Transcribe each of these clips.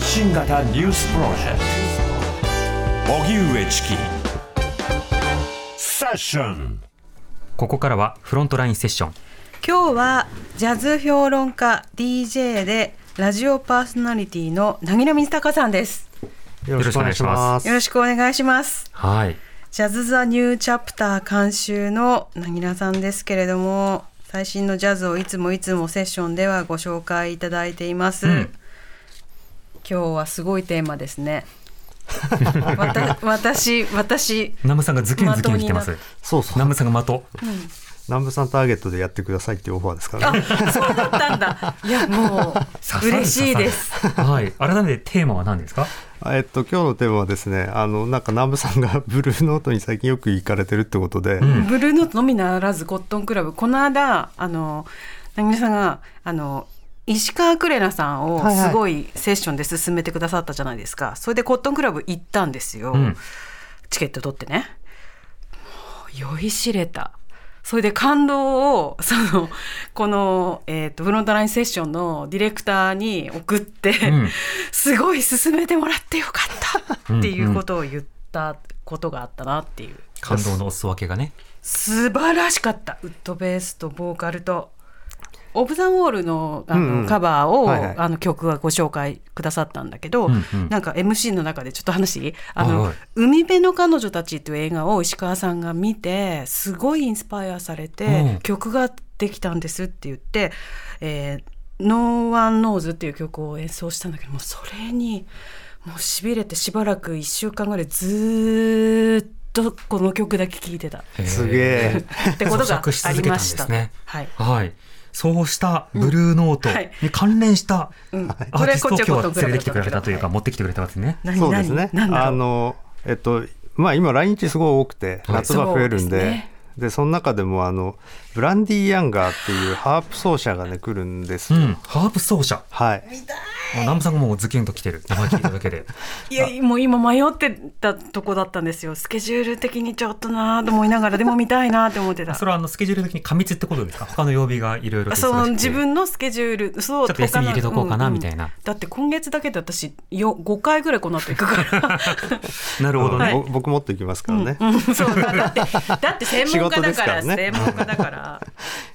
新型ニュースプロジェクト荻上チキセッションここからはフロントラインセッション今日はジャズ評論家 DJ でラジオパーソナリティのなぎらみずたかさんですよろしくお願いします。よろしくお願いしますはいジャズ・ザ・ニュー・チャプター監修のなぎらさんですけれども最新のジャズをいつもいつもセッションではご紹介いただいています、ん今日はすごいテーマですねわた 私私ナムさんがズキュンズキュン来てます的そうそナう。ムさんが的南部さんターゲットでやってくださいっていうオファーですからね。あそうだったんだいやもう嬉しいです刺さるはい改めてテーマは何ですかえっと、今日のテーマはですね、あの、なんか南部さんが ブルーノートに最近よく行かれてるってことで、んブルーノートのみならずコットンクラブこの間あのなぎさんがあの石川クレナさんをはいはいすごいセッションで進めてくださったじゃないですか、それでコットンクラブ行ったんですよ、うんチケット取ってねもう酔いしれたそれで感動を そのこの、えー、とフロントラインセッションのディレクターに送って、んすごい進めてもらってよかったっていうことを言ったことがあったなっていう。感動のお裾分けがね素晴らしかったウッドベースとボーカルとオブ・ザ・ウォールのあの、うんうんカバーを、はいはいあの曲はご紹介くださったんだけど、うんうんなんか MC の中でちょっと話いいあの、はいはい海辺の彼女たち」っていう映画を石川さんが見てすごいインスパイアされて、うん曲ができたんですって言って「えー、No One Knows」っていう曲を演奏したんだけどもうそれにもうしびれてしばらく1週間ぐらいずーっとこの曲だけ聴いてた。すげえ。ってことが咀嚼しあ続けたりんまでした。すねはい。はいそうしたブルーノートはいに関連したうん。アーティストをこ今れ日こはっちは連れてきてくれたというかは持ってきてくれてますね何そうですね。何何あなんだろう。の、えっと、まあ今来日すごい多くて、はい夏場増えるんそうですでね、で、その中でもあの、ブランディ・ヤンガーっていうハープ奏者がね、来るんですうよ。んハープ奏者はい。もうナムさんがもうズキュンと来てる名前聞いただ けでいやもう今迷ってたとこだったんですよ。スケジュール的にちょっとなーと思いながらでも見たいなーって思ってた。それはあのスケジュール的に過密ってことですか他の曜日がいろいろと忙しくてその自分のスケジュール、そうちょっと休み入れとこうかなみたい。他のな、んんだって今月だけで私よ5回ぐらいこの後行くから。 なるほどね、あのぼ僕持って行きますからね。うん、そうだだってだって専門家だから仕事で専す門家だから。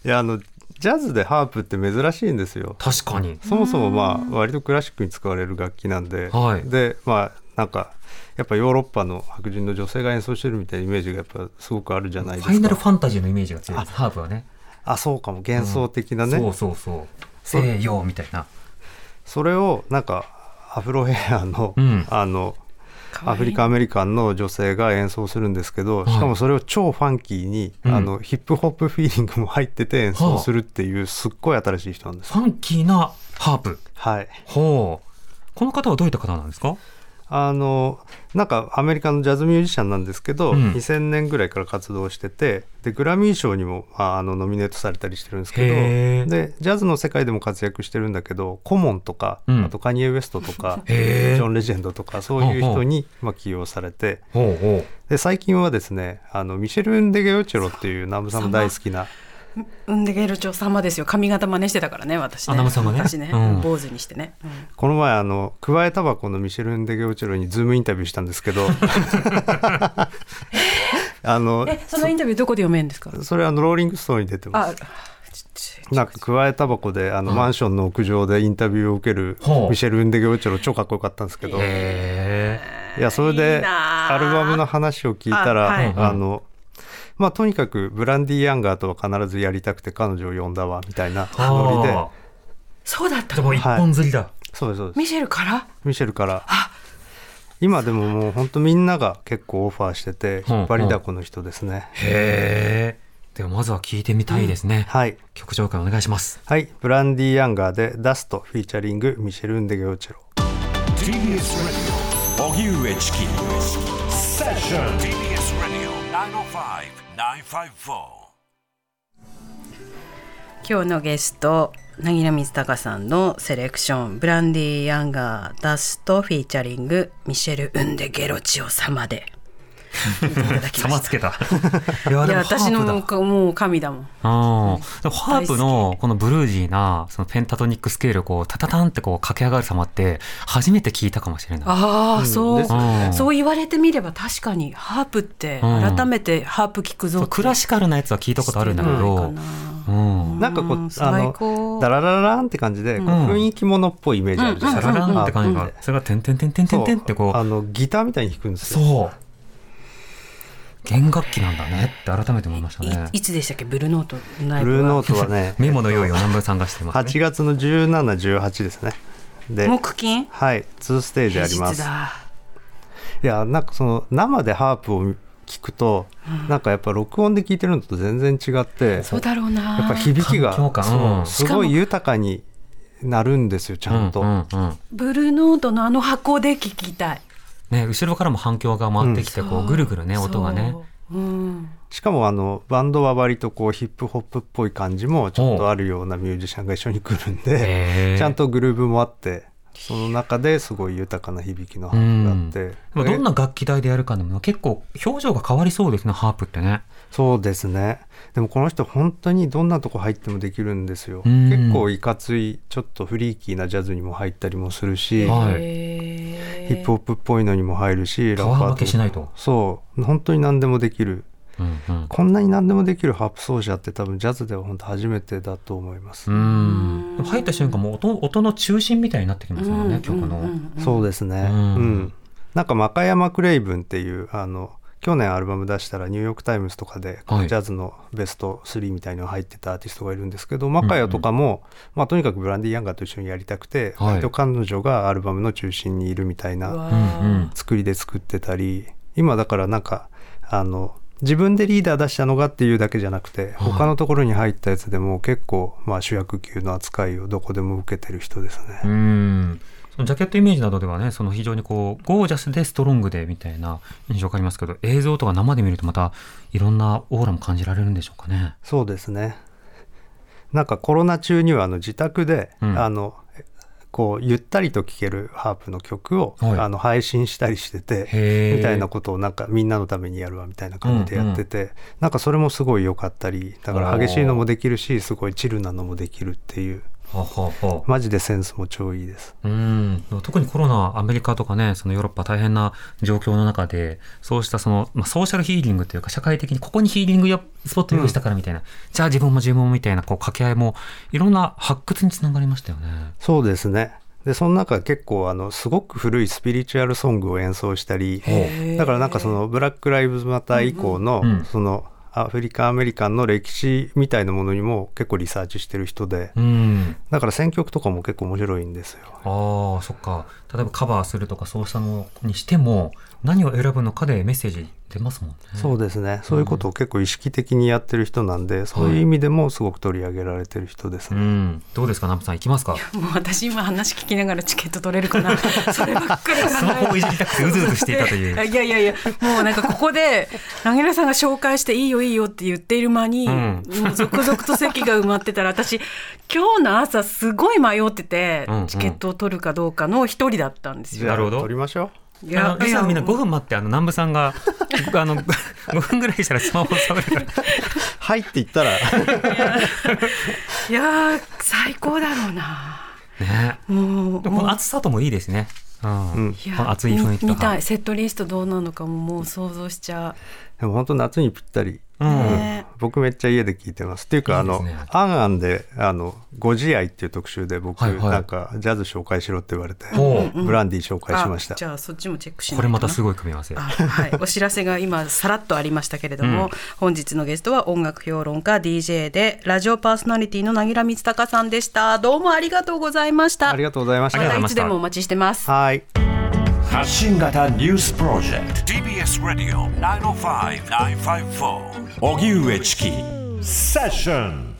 いや、あの、ジャズでハープって珍しいんですよ。確かにそもそもまあ割とクラシックに使われる楽器なんで、はいでまあなんかやっぱヨーロッパの白人の女性が演奏してるみたいなイメージがやっぱすごくあるじゃないでフすか。ァイナルファンタジーのイメージが強いですハープはねあそうかも幻想的なね、そうそうそう西洋みたいなそれをなんかアフロヘアの、うんあの可愛いアフリカアメリカンの女性が演奏するんですけど、いしかもそれを超ファンキーに、うんあのヒップホップフィーリングも入ってて演奏するっていうすっごい新しい人なんです。ファンキーなハープはい、ほうこの方はどういった方なんですかあのなんかアメリカのジャズミュージシャンなんですけど、うん2000年ぐらいから活動しててでグラミー賞にもああのノミネートされたりしてるんですへけーどでジャズの世界でも活躍してるんだけどコモンとか、うんあとカニエ・ウエストとか ジへーョン・レジェンドとかそういう人にまあ起用されてほうほうで最近はですねあのミシェル・ンデ・ゲオチェロっていう南部さんも大好きなウンデゲル長様ですよ髪型真似してたからね私ねあナムさんがね私ね、うん坊主にしてね、うんこの前あのくわえタバコのミシェル・ンデ・ゲオチェロにズームインタビューしたんです けどあのえそのインタビューどこで読めるんですかそれあのローリングストーンに出てますあちち なんか加えタバコであの、マンションの屋上でインタビューを受けるほうミシェル・ウンデ・ゲオチェロ超かっこよかったんですけど、へいやそれいいでなあアルバムの話を聞いたらああ,、はいのまあとにかくブランディ・ヤンガーとは必ずやりたくて彼女を呼んだわみたいなえノリではそうだっあたでもの一本釣りだ、そうですそうですミシェルからミシェルから今でももう本当みんなが結構オファーしててうん引っ張りだこの人ですね、へえではまずは聞いてみたいですね、はい曲紹介お願いしますはいブランディ・ヤンガーで「ダスト」フィーチャリングミシェル・ウンデ・ゲオチェロ TBS Radio 荻上チキセッション TBS Radio 905-954今日のゲストなぎらみずたかさんのセレクションブランデ ィ・ヤンガーダストフィーチャリングミシェル・ウンデ・ゲロチオ様で見ていただきざまましつけた。いやた。いやでもハ私ープだの。もう神だもん。ああ、でもハープのこのブルージーなそのペンタトニックスケールをこうタタタンってこう駆け上がる様って初めて聞いたかもしれない。ああ、そううんです。うんそう言われてみれば確かにハープってうん改めてハープ聞くぞそうってクラシカルなやつは聞いたことあるんだけど、うん、なんかこうあの最高ダララランって感じで、こう雰囲気ものっぽいイメージあるじゃサないですかラランって感じが、それがてんてんてんてんてんてんってこあう、のギターみたいに弾くんですよそう。弦楽器なんだねって改めて思いましたねい。いつでしたっけブルーノートのライブブはルーノートは ねメモの用意を南部さんがしてます8ね。月の1718ですねで木金はい2ステージあります平日だいやなんかその生でハープを聞くと、なんかやっぱ録音で聞いてるのと全然違ってそうだろうなやっぱ響きが環境感そううんすごい豊かになるんですよちゃんと、うんうんうんブルーノートのあの箱で聞きたいね、後ろからも反響が回ってきて、こうぐるぐるね、音がね。そううんしかもあのバンドは割とこうヒップホップっぽい感じもちょっとあるようなミュージシャンが一緒に来るんで、へーちゃんとグルーヴもあってその中ですごい豊かな響きのハープがあって、でもどんな楽器台でやるかでも結構表情が変わりそうですねハープってねそうですねでもこの人本当にどんなとこ入ってもできるんですよ、うん結構いかついちょっとフリーキーなジャズにも入ったりもするし、はいへーヒップホップっぽいのにも入るし皮ラッパー分とけしないと、そう本当に何でもできるうんうんこんなに何でもできるハープ奏者って多分ジャズでは本当初めてだと思います、うんでも入った瞬間もう音音の中心みたいになってきますもんね、曲の、うんうんうんそうですね、ううんんなんかマカヤマ・クレイブンっていうあの去年アルバム出したらニューヨーク・タイムズとかで、はいジャズのベスト3みたいのが入ってたアーティストがいるんですけど、マカヤとかも、まあ、とにかくブランディ・ヤンガーと一緒にやりたくて、はい割と彼女がアルバムの中心にいるみたいうなわうんうーん作りで作ってたり今だからなんかあの自分でリーダー出したのがっていうだけじゃなくてはい他のところに入ったやつでも結構、まあ、主役級の扱いをどこでも受けてる人ですね。うんそのジャケットイメージなどではねその非常にこうゴージャスでストロングでみたいな印象がありますけど映像とか生で見るとまたいろんなオーラも感じられるんでしょうかね。そうですね。なんかコロナ中にはあの自宅で、うんあのこうゆったりと聴けるハープの曲を、はいあの配信したりしててへーみたいなことをなんかみんなのためにやるわみたいな感じでやってて、なんかそれもすごい良かったりだから激しいのもできるしすごいチルなのもできるっていうはあはあはあマジでセンスも超いいです。うん特にコロナ、アメリカとかね、そのヨーロッパ大変な状況の中で、そうしたその、まあ、ソーシャルヒーリングというか、社会的にここにヒーリングやスポット用意したからみたいな、じゃあ自分も自分もみたいなこう掛け合いも、いろんな発掘につながりましたよね。そうですねでその中結構あのすごく古いスピリチュアルソングを演奏したりへーだからなんかそのブラック・ライブズ・マター以降の、うんうんそのアフリカ・アメリカンの歴史みたいなものにも結構リサーチしてる人でうん。だから選曲とかも結構面白いんですよ。ああ、そっか。例えばカバーするとか、そうしたものにしても、何を選ぶのかでメッセージ出ますもんね。そうですねそういうことを結構意識的にやってる人なんでそういう意味でもすごく取り上げられてる人ですうね。ん。どうですか、ナムさん、行きますかもう私今話聞きながらチケット取れるか なそればっかり考えてスマホをいじりたくてうずうずしていたという。いやいやいやもうなんかここでなぎらさんが紹介していいよいいよって言っている間に、うんもう続々と席が埋まってたら私今日の朝すごい迷ってて、うんうんチケットを取るかどうかの一人だったんですよ。なるほど取りましょういあのリスナーのみんない5分待ってあの南部さん があの5分ぐらいしたらスマホを触るからはいって言ったらい やー最高だろうな。ねもうでもこの暑さともいいですね、うんうんいやこの暑い雰囲気みと見たかいセットリストどうなのかももう想像しちゃでも本当夏にぴったりうう、んね僕めっちゃ家で聞いてます。っていうかいいですねあの「あんあん」で「あのご自愛」っていう特集で僕、はいはいなんかジャズ紹介しろって言われて、ほうブランディ紹介しましたあじ。ゃあそっちもチェックしないことれなまたすごい組み合わせあはい、お知らせが今さらっとありましたけれども、うん本日のゲストは音楽評論家 DJ でラジオパーソナリティのなぎらみつたかさんでしたどうもありがとうございましたありがとうございましありがたとう。ございまいしつたでもお待ちしてますはい。発信型ニュースプロジェクト TBS Radio905-954おぎゅうえちきセッション